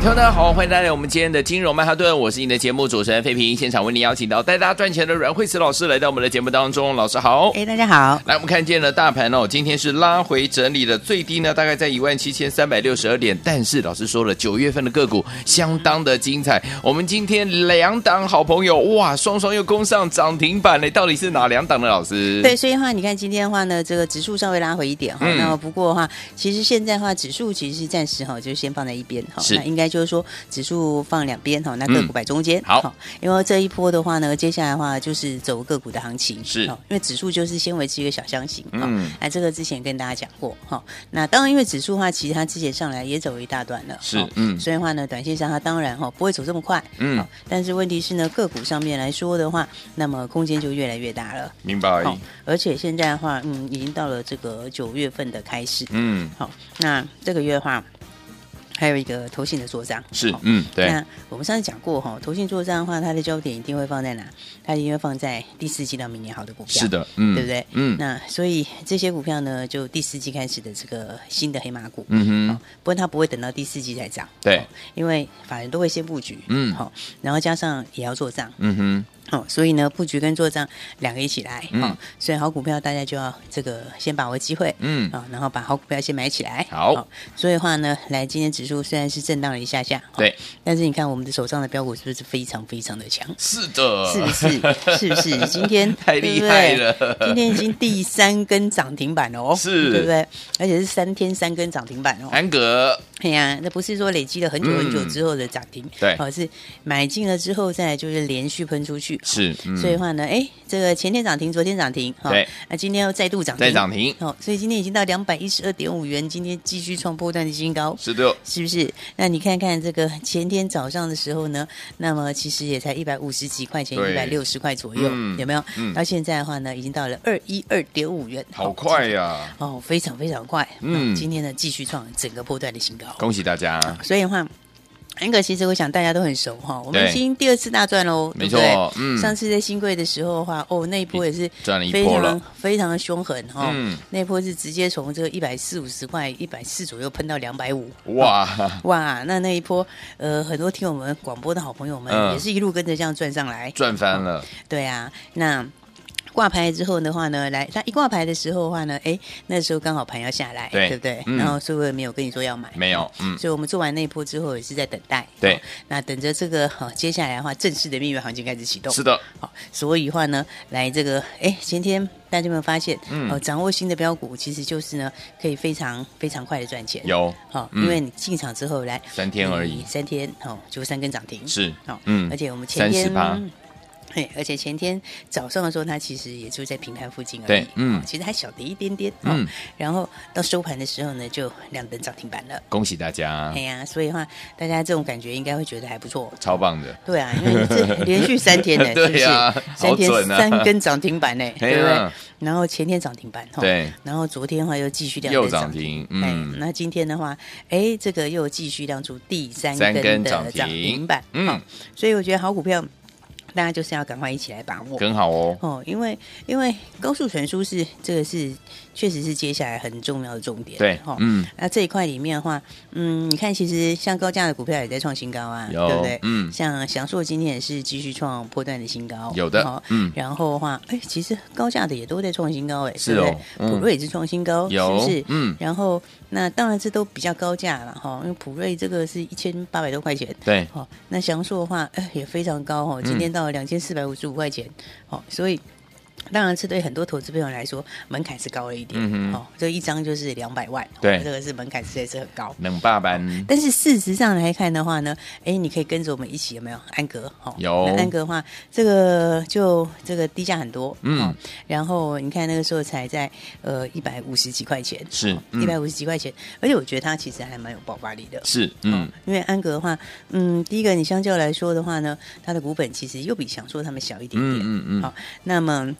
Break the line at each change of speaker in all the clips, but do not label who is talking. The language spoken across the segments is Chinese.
听众大家好，欢迎大家来到我们今天的金融曼哈顿，我是你的节目主持人费平，现场为您邀请到带大家赚钱的阮慧慈老师来到我们的节目当中，老师好。
哎，大家好，
来，我们看见了大盘哦，今天是拉回整理的，最低呢大概在一万七千三百六十二点。但是老师说了，九月份的个股相当的精彩。我们今天两档好朋友哇，双双又攻上涨停板哎嘞，到底是哪两档呢？老师？
对，所以的话，你看今天的话呢，这个指数稍微拉回一点哈、
嗯
那么不过的话，其实现在的话，指数其实是暂时哈，就是先放在一边哈，
是嗯
那应该就是说指数放两边哈，那个股摆中间、
好
因为这一波的话呢，接下来的话就是走个股的行情
是
好因为指数就是先维持一个小箱型哈，
嗯
那这个之前跟大家讲过哈，那当然因为指数的话，其实它之前上来也走了一大段了，
是
哈
嗯
所以的话呢，短线上它当然哈不会走这么快，
嗯
好，但是问题是呢，个股上面来说的话，那么空间就越来越大了。
明白。
好，而且现在的话，嗯，已经到了这个九月份的开始。
嗯，
好，那这个月的话，还有一个投信的做账
是
好，
嗯，对，
那我们上次讲过哈，投信做账的话，它的焦点一定会放在哪？它一定会放在第四季到明年好的股票。
是，的，嗯，
对不对？
嗯
那所以这些股票呢，就第四季开始的这个新的黑马股。
嗯
好
哼，
不过它不会等到第四季才涨，
对
哦，因为法人都会先布局，
嗯
好，然后加上也要做账，
嗯哼，
哦，所以呢，布局跟做账两个一起来，
嗯
哦，所以好股票大家就要这个先把握机会，
嗯
啊、然后把好股票先买起来，哦
好
所以的话呢，来今天指数虽然是震荡了一下下，哦
对，
但是你看我们的手上的标股是不是非常非常的强？
是的，
是不是？是不 是？今天
呃太厉害了
对不对今天已经第三根涨停板了哦，
是
对不对？而且是三天三根涨停板哦。
安格，
哎呀，那不是说累积了很久很久
嗯
之后的涨停，
对
而是买进了之后再来就是连续喷出去，
是，嗯
所以的话呢，哎，这个前天涨停，昨天涨停，哈
对，
那今天又再度涨停，
再涨停
好、所以今天已经到两百一十二点五元，今天继续创波段的新高，
是的，
是不是？那你看看这个前天早上的时候呢，那么其实也才一百五十几块钱，
对
一百六十块左右，
嗯
有没有？
嗯
到现在的话呢，已经到了二一二点五元，
好快呀、
哦，非常非常快，
嗯
嗯，今天呢继续创整个波段的新高，
恭喜大家！
所以的话。安格，其实我想大家都很熟哈，我们
对
已经第二次大赚喽，
没
对不对
错嗯
上次在新贵的时候的话，哦，那一波也是
赚了一
非
波了
常非常的凶狠哈，
嗯
那一波是直接从这个一百四五十块、一百四左右喷到两百五，
哇，
哇，那那一波，呃，很多听我们广播的好朋友们、
嗯
也是一路跟着这样赚上来，
赚翻了！
对啊，那。挂牌之后的话呢，来，它一挂牌的时候的话呢，哎，那时候刚好盘要下来，
对
不对？
嗯
然后所以我也没有跟你说要买，
没有，嗯，
所以我们做完那一波之后，也是在等待。
对
哦那等着这个哈、哦接下来的话，正式的蜜月行情开始启动。
是的，
好、所以的话呢，来这个哎，前天大家有没有发现？嗯、哦，掌握新的标股，其实就是呢，可以非常非常快的赚钱。
有
好、
嗯
因为你进场之后来
三天而已
嗯三天哦，就三根涨停
是
好、
嗯
而且我们前天
30%
嘿，而且前天早上的时候，它其实也就在平盘附近而已，
对嗯
哦其实还小的一点点，哦
嗯，
然后到收盘的时候呢，就两根涨停板了，
恭喜大家
哎，呀，所以的话，大家这种感觉应该会觉得还不错，
超棒的！
对啊，因为这 连续三天呢，是不
对
是？
啊好
三天
准啊
三根涨停 板呢，
嘿啊
对不对？然后前天涨停板，
嗯
吼
对
然后昨天的话又继续量
又
跟
涨停嗯
哎，那今天的话，哎，这个又继续亮出第三
三根
根
涨
的
停
涨停板，
嗯
好，所以我觉得好股票，大家就是要赶快一起来把握。
很好哦，
哦，因为因为高速传输是这个是确实是接下来很重要的重点，
对
哦，
嗯，
那这一块里面的话，嗯，你看其实像高价的股票也在创新高啊，
有
对不对？
嗯
像翔硕今天也是继续创波段的新高，
有的
哦
嗯
然后的话，哎，其实高价的也都在创新高，哎，
是
对不
哦
对
嗯
普瑞也是创新高，
有
是不是？
嗯
然后那当然这都比较高价了哈，因为普瑞这个是一千八百多块钱，
对，
哦，那呃
嗯
翔硕的话，哎、也非常高哦，今天到了两千四百五十五块钱，哦，所以当然，这对很多投资朋友来说门槛是高了一点，
嗯哼
哦，这一张就是两百万，
对
哦这个是门槛实在是很高。
冷爸班，
但是事实上来看的话呢，哎，你可以跟着我们一起有没有？安格哦，
有
那安格的话，这个就这个低价很多，
嗯
哦然后你看那个时候才在呃一百五十几块钱，
是嗯
一百五十几块钱，而且我觉得它其实还蛮有爆发力的，
是，嗯，
哦因为安格的话，嗯，第一个你相较来说的话呢，它的股本其实又比想说他们小一点点，
嗯嗯嗯
好，那么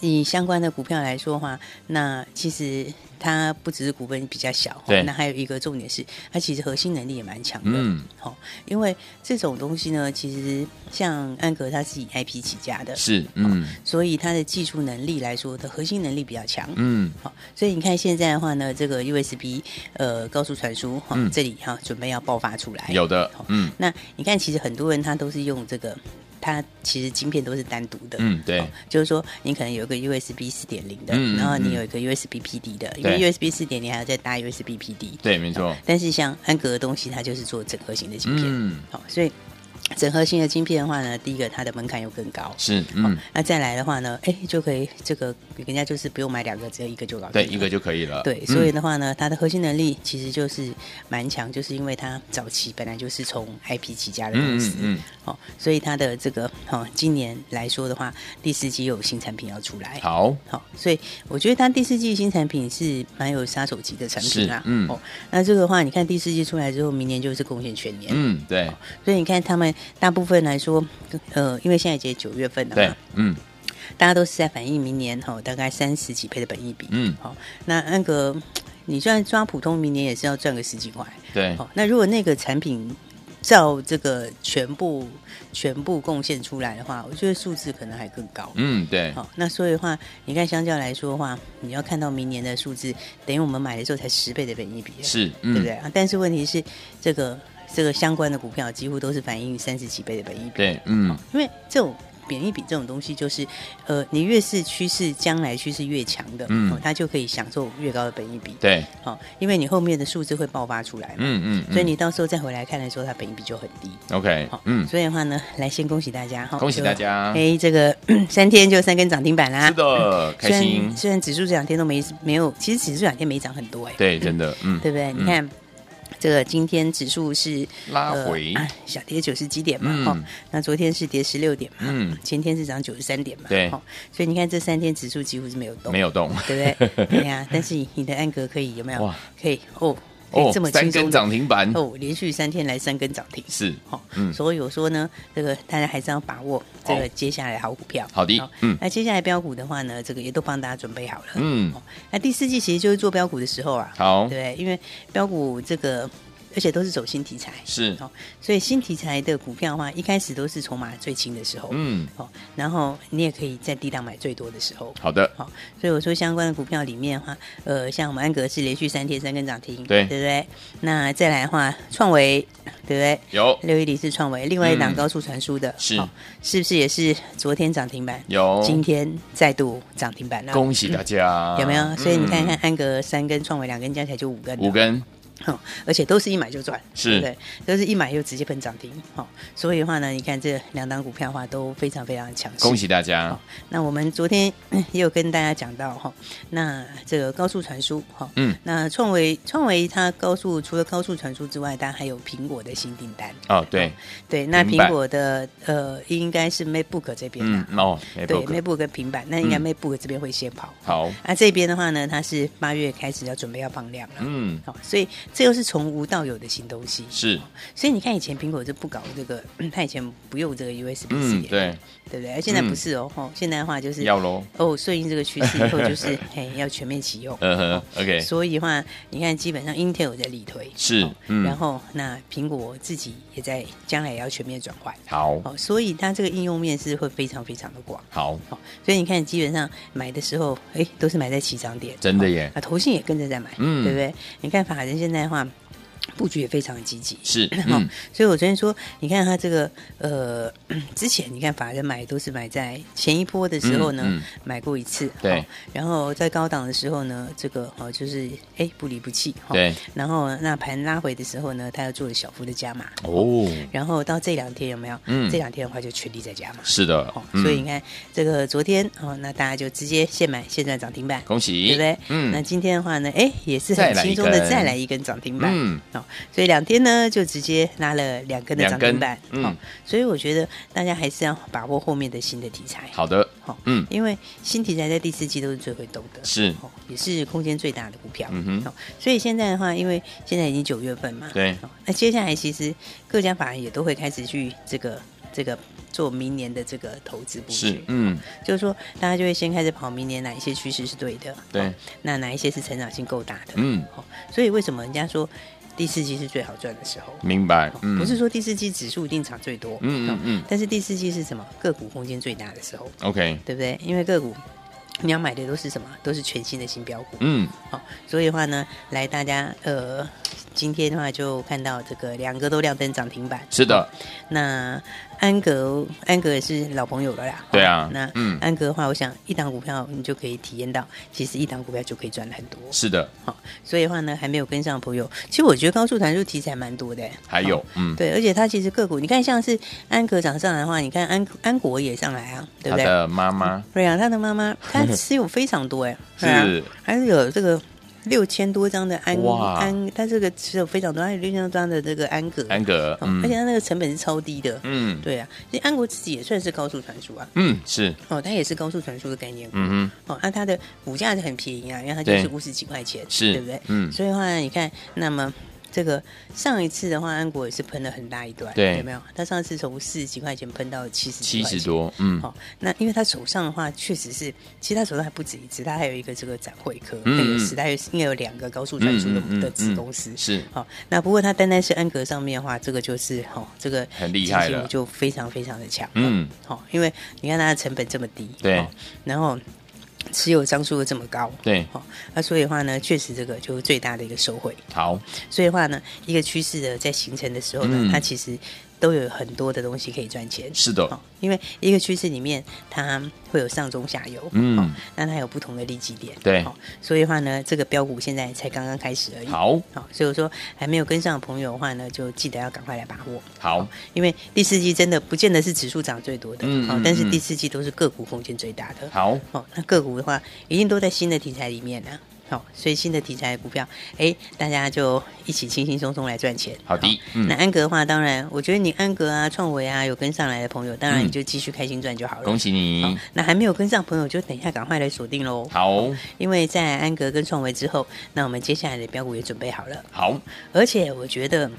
以相关的股票来说的话，那其实它不只是股本比较小，
对
哦那还有一个重点是，它其实核心能力也蛮强的，
嗯，
好、因为这种东西呢，其实像安格它是以 IP 起家的，
是，嗯
所以它的技术能力来说，它核心能力比较强，
嗯，
好，所以你看现在的话呢，这个 USB 呃高速传输哈、
嗯
这里哈、准备要爆发出来。
有的
哎好，
嗯
那你看，其实很多人他都是用这个，他其实晶片都是单独的。
嗯，对
好，就是说，你可能有一个 USB 四点零的，
嗯嗯
然后你
嗯
有一个 USB PD 的，因
对
为 USB 四点零还要再搭 USB PD。
对，没错，
但是像安格的东西，它就是做整合型的晶片。
嗯，
好、所以整合型的晶片的话呢，第一个它的门槛又更高。
是，
好
嗯，
那再来的话呢，哎，就可以这个人家就是不用买两个，只有一个就搞定
对，
了
一个就可以了，
对，
嗯
所以的话呢，它的核心能力其实就是蛮强，就是因为它早期本来就是从 IP 起家的公
嗯
司
嗯，嗯，
哦，所以它的这个哦，今年来说的话，第四季又有新产品要出来，
好，
好、所以我觉得它第四季新产品是蛮有杀手级的产品啦
是，嗯
哦，那这个的话，你看第四季出来之后，明年就是贡献全年，
嗯，对
所以你看他们大部分来说，呃，因为现在已经九月份了嘛
对，，嗯
大家都是在反映明年哦，大概三十几倍的本益比。
嗯
好、那那个你就算抓普通，明年也是要赚个十几块。
对
好、，那如果那个产品照这个全部全部贡献出来的话，我觉得数字可能还更高。
嗯对，
好、那所以的话，你看相较来说的话，你要看到明年的数字，等于我们买的时候才十倍的本益比，、
是，
对不
嗯
对啊？但是问题是，这个这个相关的股票几乎都是反映三十几倍的本益比。
对，嗯
因为这种贬义比这种东西，就是呃，你越是趋势将来趋势越强的，
嗯
哦，它就可以享受越高的本益比，
对，
好、因为你后面的数字会爆发出来嘛，
嗯嗯嗯，
所以你到时候再回来看的时候，它本益比就很低。
OK，
好
嗯，
所以的话呢，来先恭喜大家哈，
恭喜大家嗯
就哎，这个 三天就三根涨停板啦，
是的，开
虽然
心，
虽然指数这两天都没没有，其实指数这两天没涨很多哎、
对，真的，嗯，
对不对？你
嗯
看。这个今天指数是
拉回
啊小跌九十几点嘛，
嗯
哈、那昨天是跌十六点嘛，
嗯
前天是涨九十三点嘛，
对
哦，所以你看这三天指数几乎是没有动，
没有动，
对不 对？对呀、但是你的安格可以有没有？
哇
可以哦，可以
哦
这么，
三
轻松
根
地
涨停板，
哦，连续三天来三根涨停，
是，
好、
嗯
所以我说呢，这个大家还是要把握这个接下来好股票。
好的嗯
嗯，那接下来标股的话呢，这个也都帮大家准备好了。
嗯，
那第四季其实就是做标股的时候啊，
好，
对，因为标股这个，而且都是走新题材，
是，
哦，所以新题材的股票的话，一开始都是筹码最轻的时候，
嗯，
哦，然后你也可以在低档买最多的时候。
好的，
好、所以我说相关的股票里面的话，呃，像我们安格是连续三天三根涨停，
对
对不对？那再来的话，创维，对不对？
有
六一零是创维，另外一档
嗯
高速传输的，
是
好是不是也是昨天涨停板，
有，
今天再度涨停板了？
恭喜大家，
有没有？所以你看看
嗯，
安格三根，创维两根，加起来就五根了，
五根，
哦，而且都是一买就赚，
是
对不对，都是一买又直接喷涨停，好、所以的话呢，你看这两档股票的话都非常非常强势。
恭！喜大家
好，那我们昨天嗯也有跟大家讲到哈、那这个高速传输哈，
嗯，
那创维创维它高速除了高速传输之外，它还有苹果的新订单，
哦，对，
对，那
平
苹
板
果的呃应该是 MacBook 这边
嗯
啦，，
哦，没
对
报告
MacBook 跟平板，那应该
嗯
MacBook 这边会先跑。
好，
那这边的话呢，它是八月开始要准备要放量了，
嗯，
好、所以这又是从无到有的新东西。
是，
所以你看，以前苹果就不搞这个， 它以前不用这个 USB
嗯
C，、，
对，嗯
对不对？而现在不是哦，吼、现在的话就是
要喽，
哦，顺应这个趋势以后，就是 嘿要全面启用。
嗯哼，OK，
所以的话，你看，基本上 Intel 在力推，
是
哦
嗯
然后那苹果自己也在将来也要全面转换，
好，
哦，所以它这个应用面是会非常非常的广，
好，
哦，所以你看，基本上买的时候，哎，都是买在起涨点，哦
真的耶，
啊，投信也跟着在买，
嗯
对不对？你看法人现在的话，布局也非常积极。
是，
好、
嗯，
所以我昨天说，你看它这个呃， 之前你看法人买都是买在前一波的时候呢，
嗯嗯
买过一次，
对
好然后在高档的时候呢，这个哦就是哎不离不弃，好
对，
然后那盘拉回的时候呢，它又做了小幅的加码，
哦，
然后到这两天有没有？
嗯
这两天的话就全力在加码。
是的
哦，，
嗯
所以你看，这个昨天哦，那大家就直接现买现赚涨停板，
恭喜，
对不对？那
嗯，
今天的话呢，哎，也是
再
很
来一
轻松的
根
再来一根涨停板，
嗯，
哦，所以两天呢就直接拉了两根的
两
涨
根
停板，
嗯
哦，所以我觉得大家还是要把握后面的新的题材，
好的，
好
嗯，
因为新题材在第四季都是最会动的，
是
哦，也是空间最大的股票，
嗯哼
哦，所以现在的话，因为现在已经九月份嘛，
对
哦，那接下来其实各家法人也都会开始去这个这个做明年的这个投资布
是
局，，
嗯，
就是说大家就会先开始跑明年哪一些趋势是对的，
对
哦，那哪一些是成长性够大的，
嗯，
哦，所以为什么人家说第四季是最好赚的时候？
明白
哦，
嗯，
不是说第四季指数一定涨最多，哦
嗯嗯嗯
但是第四季是什么？个股空间最大的时候，
，OK，
对不对？因为个股你要买的都是什么？都是全新的新标股。
嗯，
好、所以的话呢，来大家呃，今天的话就看到这个两个都亮灯涨停板。哦
是的，
那安格安格也是老朋友了啦。哦
对啊
那
嗯
安格的话，我想一档股票你就可以体验到，其实一档股票就可以赚很多。
是的，
好、所以的话呢，还没有跟上的朋友，其实我觉得高速传输题材蛮多的。
还
哦
有，嗯，
对，而且它其实个股，你看像是安格涨上来的话，你看安安国也上来啊，对
他
不对？
的妈妈
对啊，他的妈 妈她持有非常多哎，对啊
是，
还是有这个六千多张的安
哇
安，他这个持有非常多，还有六千多张的这个安格，
安格，
哦
嗯
而且，他那个成本是超低的。
嗯
对啊，其实安国自己也算是高速传输啊，
嗯，是，
哦，它也是高速传输的概念股，
嗯哼，
哦，那、它的股价是很便宜啊，因为它就是
对
五十几块钱，
是
对不对？
嗯
所以的话，你看，那么这个上一次的话，安国也是喷了很大一段，
对
有没有？它上次从四十几块钱喷到七十
七十
多。
多，嗯
好、，那因为他手上的话，确实是，其实他手上还不止一只，他还有一个这个展会科，
嗯
那
嗯
个时代应该有两个高速传输的、
嗯嗯嗯
的子公司。
是，
好、那不过他单单是安格上面的话，这个就是哦，这个
很厉害了
技术就非常非常的强。
嗯，
好、因为你看它的成本这么低，
对
哦然后持有张数又这么高，
对，
好、那啊所以的话呢，确实这个就是最大的一个收获。
好，
所以的话呢，一个趋势的在形成的时候呢，
嗯
它其实都有很多的东西可以赚钱。
是
哦
的，，
因为一个趋势里面，它会有上中下游，
嗯
哦，那它有不同的利基点，
对
哦，所以的话呢，这个标股现在才刚刚开始而已，
好，
哦，所以我说还没有跟上的朋友的话呢，就记得要赶快来把握，
好，
因为第四季真的不见得是指数涨最多的，
嗯嗯
但是
嗯
第四季都是个股空间最大的，
好，
哦，那个股的话，一定都在新的题材里面呢、好、所以新的题材的股票，哎，大家就一起轻轻松松来赚钱。
好的嗯
那安格的话，当然，我觉得你安格啊、创维啊有跟上来的朋友，当然
嗯
你就继续开心赚就好了。
恭喜
好
你，
那还没有跟上的朋友，就等一下赶快来锁定喽。
好，
因为在安格跟创维之后，那我们接下来的标股也准备好了，
好，
而且我觉得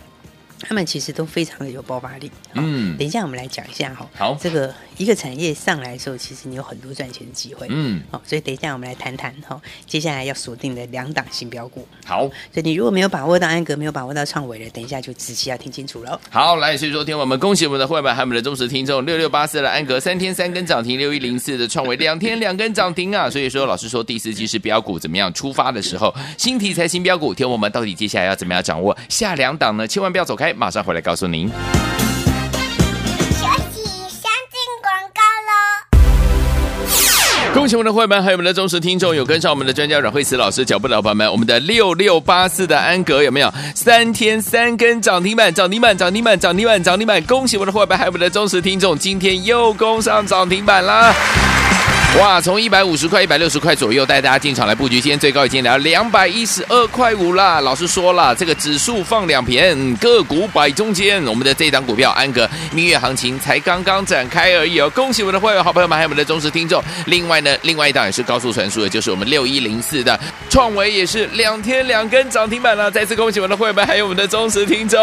他们其实都非常的有爆发力。好
嗯
等一下我们来讲一下哈、
好
这个一个产业上来的时候，其实你有很多赚钱的机会。
嗯，
好、所以等一下我们来谈谈哈、接下来要锁定的两档新标股。
好。
所以你如果没有把握到安格，没有把握到创伟的，等一下就仔细要听清楚喽。
好，来，所以说，听我们恭喜我们的会员，还有我们的忠实听众，六六八四的安格三天三根涨停，六一零四的创维两天两根涨停啊！所 以说，老师说第四季是标股怎么样出发的时候，新题材新标股，听我们到底接下来要怎么样掌握下两档呢？千万不要走开，马上回来告诉您。
学习相进广告喽。
恭喜我们的会员，还有我们的忠实听众，有跟上我们的专家阮慧慈老师脚步的老板们，我们的六六八四的安格有没有三天三根涨停板？涨停板，涨停板，涨停板，涨停板！恭喜我们的会员，还有我们的忠实听众，今天又攻上涨停板啦！哇，从一百五十块、一百六十块左右带大家进场来布局，今天最高已经来到两百一十二块五啦。老师说了，这个指数放两边，嗯个股摆中间。我们的这档股票安格蜜月行情才刚刚展开而已哦。恭喜我们的会员好朋友们，还有我们的忠实听众。另外呢，另外一档也是高速传输的，就是我们六一零四的创维，也是两天两根涨停板了。再次恭喜我们的会员们，还有我们的忠实听众。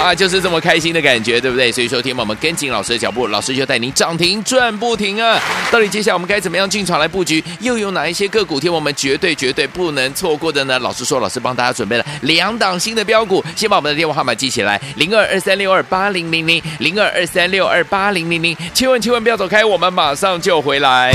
哇，就是这么开心的感觉，对不对？所以说，天宝我们跟紧老师的脚步，老师就带您涨停赚不停啊！到底接下来我们该怎么样进场来布局？又有哪一些个股天宝我们绝对绝对不能错过的呢？老师说，老师帮大家准备了两档新的标股，先把我们的电话号码记起来：零二二三六二八零零零，零二二三六二八零零零。千万千万不要走开，我们马上就回来。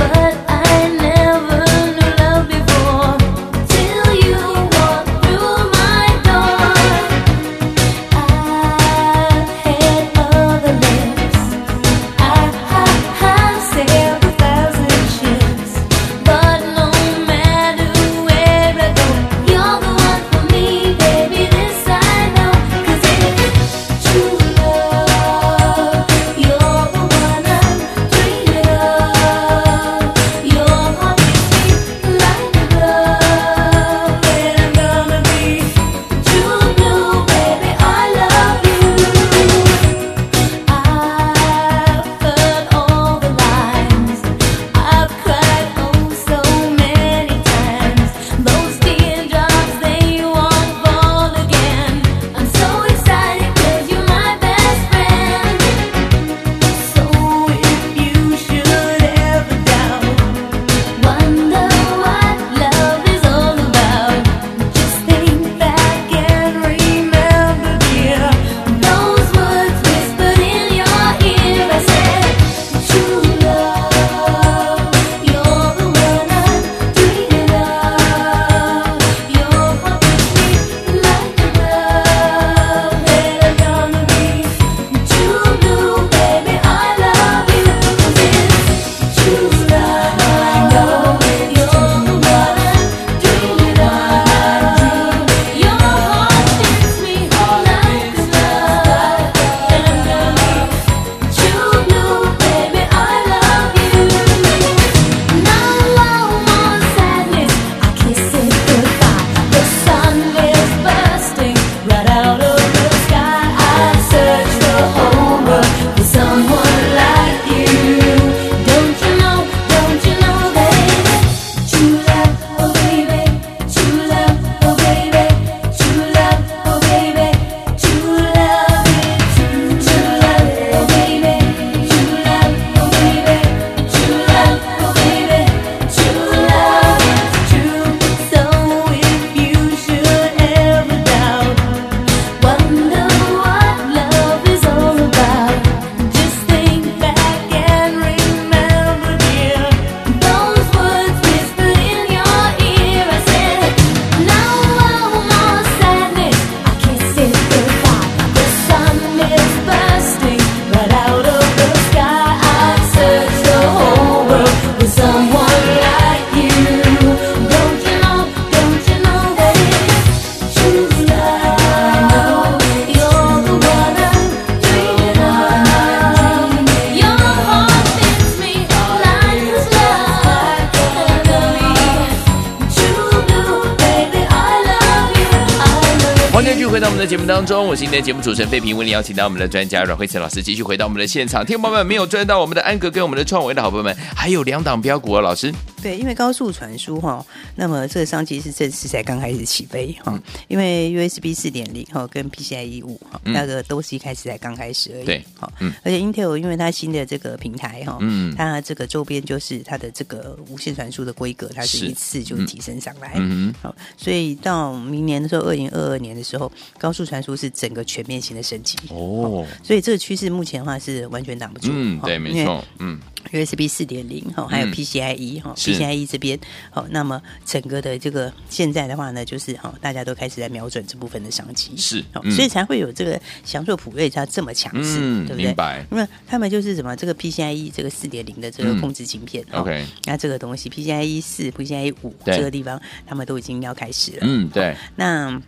But I never knew love before till
到我们的节目当中，我是今天的节目主持人费平，为您邀请到我们的专家阮慧慈老师继续回到我们的现场。听众朋友们没有赚到我们的安格跟我们的创维的好朋友们，还有两档标股哦，老师，
对，因为高速传输哈，那么这个商机是正式才刚开始起飞哈，因为 USB 四点零哈跟 PCIe E 五哈，
嗯
那个都是一开始才刚开始而已。
对
哈
嗯，
而且 Intel 因为它新的这个平台哈，
嗯
它这个周边就是它的这个无线传输的规格，它
是
是一次就
嗯
提升上来。
嗯
好，所以到明年的时候，二零二二年的时候，高速传输是整个全面型的升级。
哼，哦，
所以这个趋势目前的话是完全挡不住，
嗯，
哈
对，没。错，嗯，
因为 USB 四点零哈，还有
嗯
PCIe 哈、
是
p c i e 这边好，那么整个的这个现在的话呢，就是哈，大家都开始在瞄准这部分的商机，
是
好
嗯
所以才会有这个翔硕普瑞它这么强势，
嗯
对不
明
对？
白
那么他们就是什么这个 PCIe E 这个四点零的这个
嗯
控制晶片、哈
OK
那这个东西 PCIe E 四、PCIe 五
对
这个地方，他们都已经要开始了，
嗯，对，
那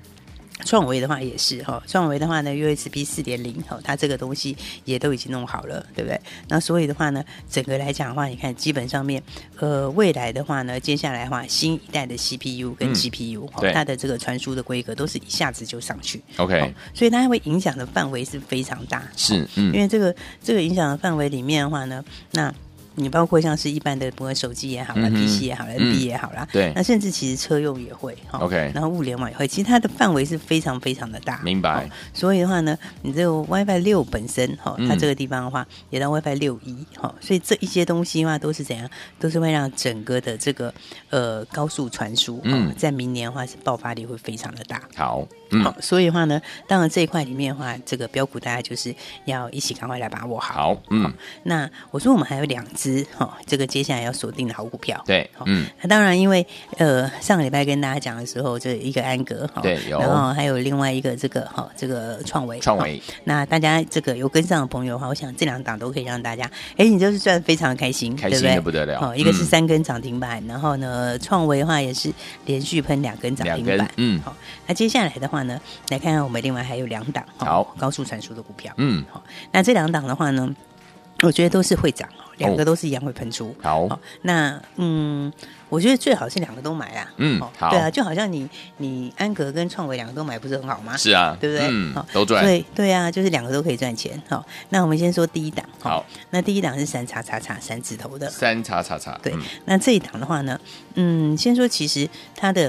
创维的话也是哈，创维的话呢，USB 四点零哈，它这个东西也都已经弄好了，对不对？那所以的话呢，整个来讲的话，你看基本上面，呃，未来的话呢，接下来的话，新一代的 CPU 跟
嗯
GPU，、哈
对
它的这个传输的规格都是一下子就上去
OK
好所以它会影响的范围是非常大，
是，
因
嗯，
为这个这个影响的范围里面的话呢，那你包括像是一般的，不管手机也好啦、
嗯哼
PC 也好啦、
嗯
NB 也好啦，
对
那甚至其实车用也会哈
OK
然后物联网也会，其实它的范围是非常非常的大，
明白
哦所以的话呢，你这个 WiFi 六本身哈、哦
嗯
它这个地方的话，也到 WiFi 六一哈，所以这一些东西的话都是怎样，都是会让整个的这个呃高速传输，
嗯
哦，在明年的话是爆发力会非常的大。
好，嗯
好、，所以的话呢，当然这一块里面的话，这个标股大家就是要一起赶快来把握好。
好，嗯，
那我说我们还有两只哈、这个接下来要锁定的好股票。
对
好，
嗯，
那当然，因为呃上个礼拜跟大家讲的时候，这一个安格哈，
对有
然后还有另外一个这个哈、这个创维，
创维
哈那大家这个有跟上的朋友的话，我想这两档都可以让大家，哎，你就是赚得非常开心，
开
对
心
不对？
的不得了
哦，一个是
嗯
三根涨停板，然后呢，创维的话也是连续喷两根涨
两
停
根
板，
嗯
好、那接下来的话呢，来看看我们另外还有两档、哦
好
高速传输的股票，
嗯，
好、那这两档的话呢，我觉得都是会涨，哦两
哦
个都是一样会喷出，
好，
好，哦那嗯，我觉得最好是两个都买啊。
嗯
哦
好
对啊，就好像你你安格跟创维两个都买，不是很好吗？
是啊，
对不对？
嗯
好，
都赚，
对对啊，就是两个都可以赚钱。好、那我们先说第一档。哦
好，
那第一档是三叉叉叉三字头的。
三叉叉叉，
对，
嗯
那这一档的话呢，嗯，先说其实它的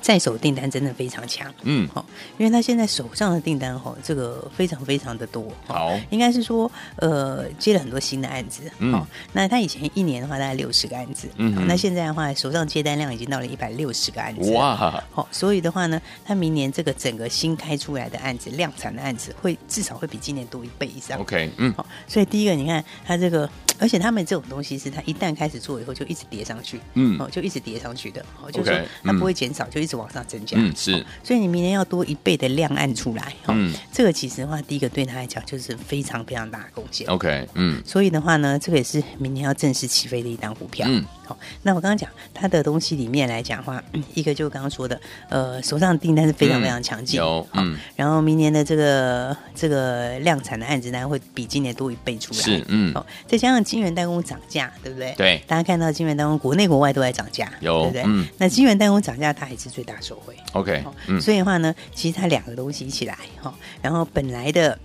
在手订单真的非常强。
嗯，
好，因为他现在手上的订单哈，这个非常非常的多。哦
好
应该是说呃接了很多新的案子。
嗯
哦，那他以前一年的话大概六十个案子，
嗯
哦
哼
那现在的话手上接单量已经到了一百六十个案子。！
哇，
好、所以的话呢，他明年这个整个新开出来的案子、量产的案子，会至少会比今年多一倍以上。
OK，嗯，
好、所以第一个，你看它这个，而且他们这种东西是它一旦开始做以后，就一直叠上去，
嗯
哦，就一直叠上去的，哦，就是说
OK，
它不
嗯
会减少，就一直往上增加，
嗯是
哦所以你明年要多一倍的量案出来，哦，
嗯
这个其实的话，第一个对他来讲就是非常非常大的贡献。
，OK，嗯，
所以的话呢，这个也是明年要正式起飞的一档股票。
嗯，
好、那我刚刚讲它的东西里面来讲的话， 嗯一个就是刚刚说的，呃，手上的订单是非常
嗯
非常强劲，
有，
好
嗯，
然后明年的这个这个量产的案子单会比今年多一倍出来，
是，嗯，
哦，再加上金源代工涨价，对不对？
对
大家看到金源代工国内国外都在涨价，
有
对不对？
嗯
那金源代工涨价，它也是最大受惠。
，OK，
哦
嗯，
所以的话呢，其实它两个东西一起来哈、哦，然后本来的。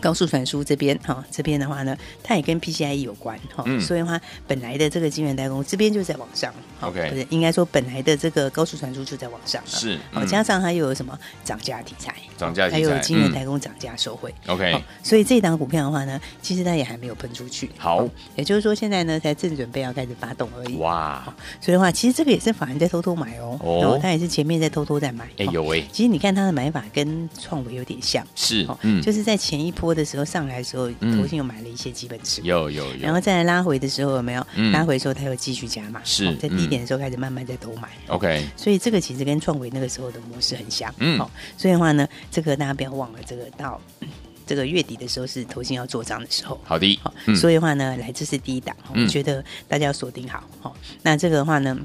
高速传输这边哈、哦，这边的话呢，它也跟 PCIe 有关哈、哦
嗯
所以的话，本来的这个晶圆代工这边就在往上、哦
OK
不是应该说本来的这个高速传输就在往上了，
是
哦，
嗯
加上它又有什么涨价题材，
涨价题材嗯哎
还有晶圆代工涨价收回、
OK，
哦所以这档股票的话呢，其实它也还没有喷出去，
好
哦也就是说现在呢才正准备要开始发动而已，
哇，
所以的话，其实这个也是法人在偷偷买哦，
哦
哦，他也是前面在偷偷在买。
哎
哦
呦喂，
其实你看他的买法跟创维有点像，
是
哦，，
嗯，
就是在前一波的时候上来的时候，
嗯
投信又买了一些基本持股。
有有
然
有
后再来拉回的时候有没有？
嗯
拉回的时候，他又继续加码，
是
哦在低
嗯
点的时候开始慢慢在都买，
，OK，
所以这个其实跟创维那个时候的模式很像，
嗯
哦，所以的话呢，这个大家不要忘了，这个到嗯这个月底的时候是投信要做账的时候，
好的
好，，
嗯，
所以的话呢，来这是第一档，哦
嗯
我觉得大家要锁定好。好，那这个的话呢，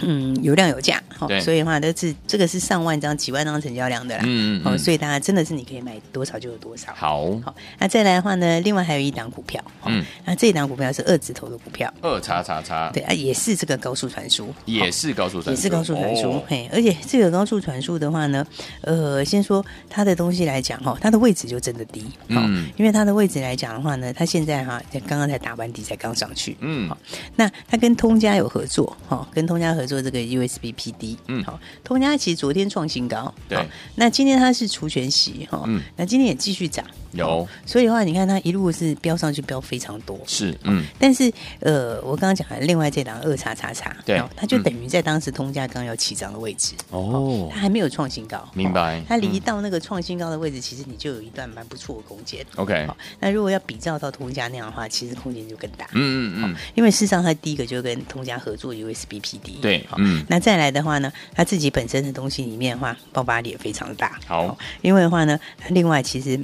嗯，有量有价，哦
对，
所以的话，这是这个是上万张、几万张成交量的啦，
嗯嗯
哦，
嗯
所以大家真的是你可以买多少就有多少。
好，
好，那再来的话呢，另外还有一档股票，哦
嗯，
那这一档股票是二字头的股票，
二叉叉叉，
对啊，也是这个高速传输，
也是高速传输，
也是高速传输，
哦
嘿，而且这个高速传输的话呢，呃，先说它的东西来讲哈，它的位置就真的低，哦
嗯
因为它的位置来讲的话呢，它现在哈，刚刚才打完底才刚上去，
嗯
好，那它跟通家有合作，哈、跟通家合作这个 USB PD，
嗯
好、通家其实昨天创新高，
对
好那今天它是除权息，哈、
嗯
那今天也继续涨，
有
所以的话，你看它一路是飙上去，飙非常多，
是，嗯，
但是呃，我刚刚讲的另外这档二叉叉叉，
对
哦它就
嗯
等于在当时通价刚要起涨的位置，
哦
它还没有创新高，
明白
哦它离
嗯
到那个创新高的位置，其实你就有一段蛮不错的空间。
，OK，
好，那如果要比较到通家那样的话，其实空间就更大。
嗯嗯嗯，
因为事实上，它第一个就跟通家合作 USB PD，
对
好
嗯
哦那再来的话呢，它自己本身的东西里面的话，爆发力也非常大。哦
好
因为的话呢，它另外其实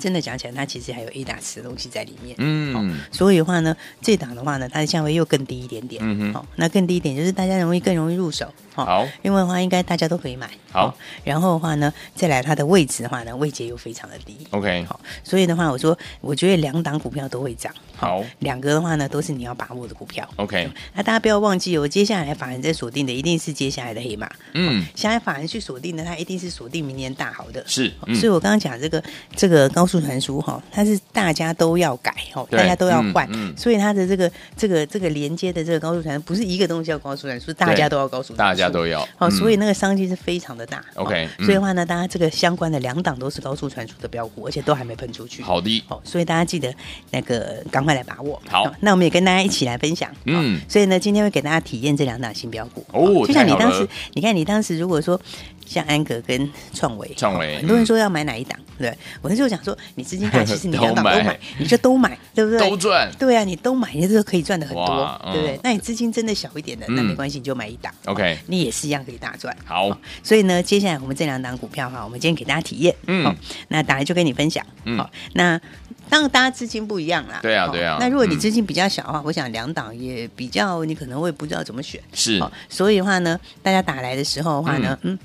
真的讲起来，它其实还有 A 打十的东西在里面。
嗯，
所以的话呢，这档的话呢，它的价位又更低一点点。
嗯哼
好、那更低一点就是大家容易更容易入手。好
好
因为的话应该大家都可以买。
好
哦然后的话呢，再来它的位置的话呢，位阶又非常的低。
，OK，
好、所以的话，我说我觉得两档股票都会涨。
好
两个的话呢，都是你要把握的股票。
，OK，
那大家不要忘记哦，接下来法人在锁定的一定是接下来的黑马。
嗯，
现在法人去锁定的，它一定是锁定明年大好的。
是，
哦
嗯
所以我刚刚讲这个这个高速传输哈，它是大家都要改哦，
对
大家都要换，
嗯嗯
所以它的这个这个这个连接的这个高速传输不是一个东西要高速传输，大家都要高速传输，
大家都要，
哦，
嗯
所以那个商机是非常的大。
OK，
哦
嗯
所以的话呢，大家这个相关的两档都是高速传输的标股，而且都还没喷出去。
好的，
哦，所以大家记得那个赶快来把握。
好
那我们也跟大家一起来分享。
嗯
哦所以呢，今天会给大家体验这两档新标股。
哦
就像你
太好
当
了
时，你看你当时如果说像安格跟创维，
创维嗯
哦很多人说要买哪一档，对不对？我那时候想说，你资金大，其实你两档
都
都
买
买，你就都买，对不对？
嗯都赚
对啊，你都买，你这个可以赚的很
哇
多，
嗯
对不对？那你资金真的小一点的，那
嗯
没关系，你就买一档。
，OK，
你也是一样可以大赚。
好，
所以呢，接下来我们这两档股票哈，我们今天给大家体验，
嗯
好那打来就跟你分享，
嗯
好，那当然大家资金不一样啦，
对啊
好
对啊
那如果你
嗯
资金比较小的话，我想两档也比较，你可能会不知道怎么选，
是
好，所以的话呢，大家打来的时候的话呢，嗯，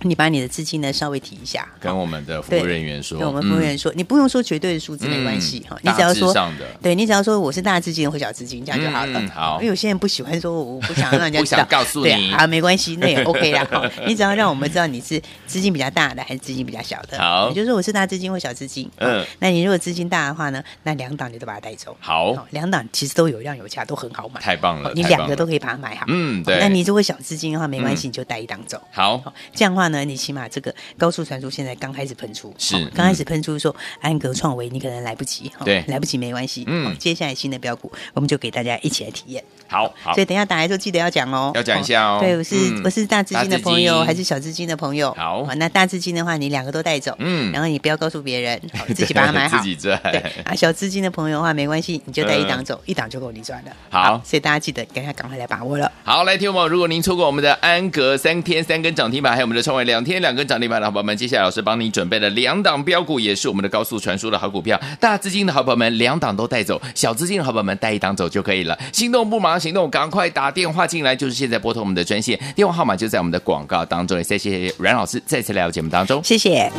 你把你的资金呢稍微提一下，
跟我们的服务
对
人员说，
跟我们服务员
嗯
说，你不用说绝对的数字没关系哈，你只要
大致
说。
上的，
对你只要说我是大资金或小资金，这样就好了。
嗯嗯好
因为有些人不喜欢说我我不想让人家
不
知
想
道，
告诉
对
你
啊，没关系，那也 OK 啦。哈你只要让我们知道你是资金比较大的还是资金比较小的，
好
也就是说我是大资金或小资金。
嗯
嗯，那你如果资金大的话呢，那两档你都把它带走。
好
哦，，两档其实都有量有价，都很好买。
太棒
哦
了，
你
太
两
棒
个
了
都可以把它买好。
嗯
哦
对
那你如果小资金的话，没关
嗯
系，你就带一档走。
好
好，哦这样的话呢，你起码这个高速传输现在刚开始喷出，
是嗯
哦刚开始喷出的时候，安格创维你可能来不及，哦
对
来不及没关系，
嗯
嗯，接下来新的标股我们就给大家一起来体验，
好好
所以等一下打来就记得要讲哦，
要讲一下哦
对，我是
嗯
我是大资金的朋友
大资金
还是小资金的朋友？
好
哦那大资金的话，你两个都带走，
嗯
嗯，然后你不要告诉 别人，好自己把它买好
自。己赚，
对啊，小资金的朋友的话没关系，你就带一档走，一档就够你赚了。
好
所以大家记得赶快赶快来把握了。
好，来，听众朋友，如果您错过我们的安格三天三根涨停板，还有我们的创伟两天两根涨停板的好朋友们，接下来老师帮你准备了两档标股，也是我们的高速传输的好股票，大资金的好朋友们两档都带走，小资金的好朋友们带一档走就可以了。心动不马上行动，赶快打电话进来，就是现在拨通我们的专线，电话号码就在我们的广告当中。也谢谢阮老师再次来到节目当中。
谢谢。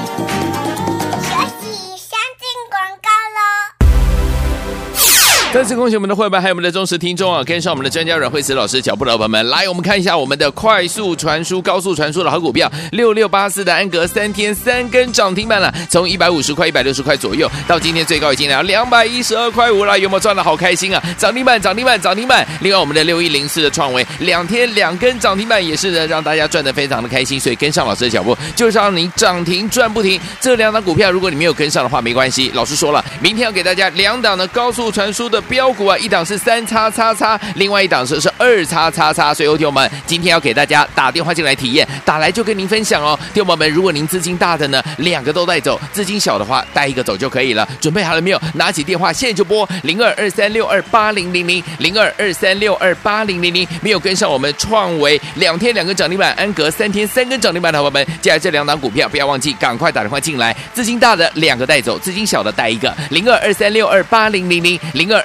学习先进广告喽。
再次恭喜我们的会员，还有我们的忠实听众啊，跟上我们的专家阮慧慈老师脚步的伙伴们，来，我们看一下我们的快速传输、高速传输的好股票，六六八四的安格，三天三根涨停板了，从一百五十块、一百六十块左右，到今天最高已经来到两百一十二块五了，有没有赚的好开心啊？涨停板，涨停板，涨停板！另外我们的六一零四的创维，两天两根涨停板，也是呢让大家赚的非常的开心，所以跟上老师的脚步，就是让你涨停赚不停。这两档股票，如果你没有跟上的话，没关系，老师说了，明天要给大家两档的高速传输的标股啊，一档是三叉叉叉，另外一档是是二叉叉叉。所以，听友们，今天要给大家打电话进来体验，打来就跟您分享哦。听友们，如果您资金大的呢，两个都带走；资金小的话，带一个走就可以了。准备好了没有？拿起电话现在就拨零二二三六二八零零零零二二三六二八零零零。没有跟上我们创维两天两个涨停板，安格三天三根涨停板的伙伴们，接下来这两档股票不要忘记，赶快打电话进来，资金大的两个带走，资金小的带一个。零二二三六二八零零零零二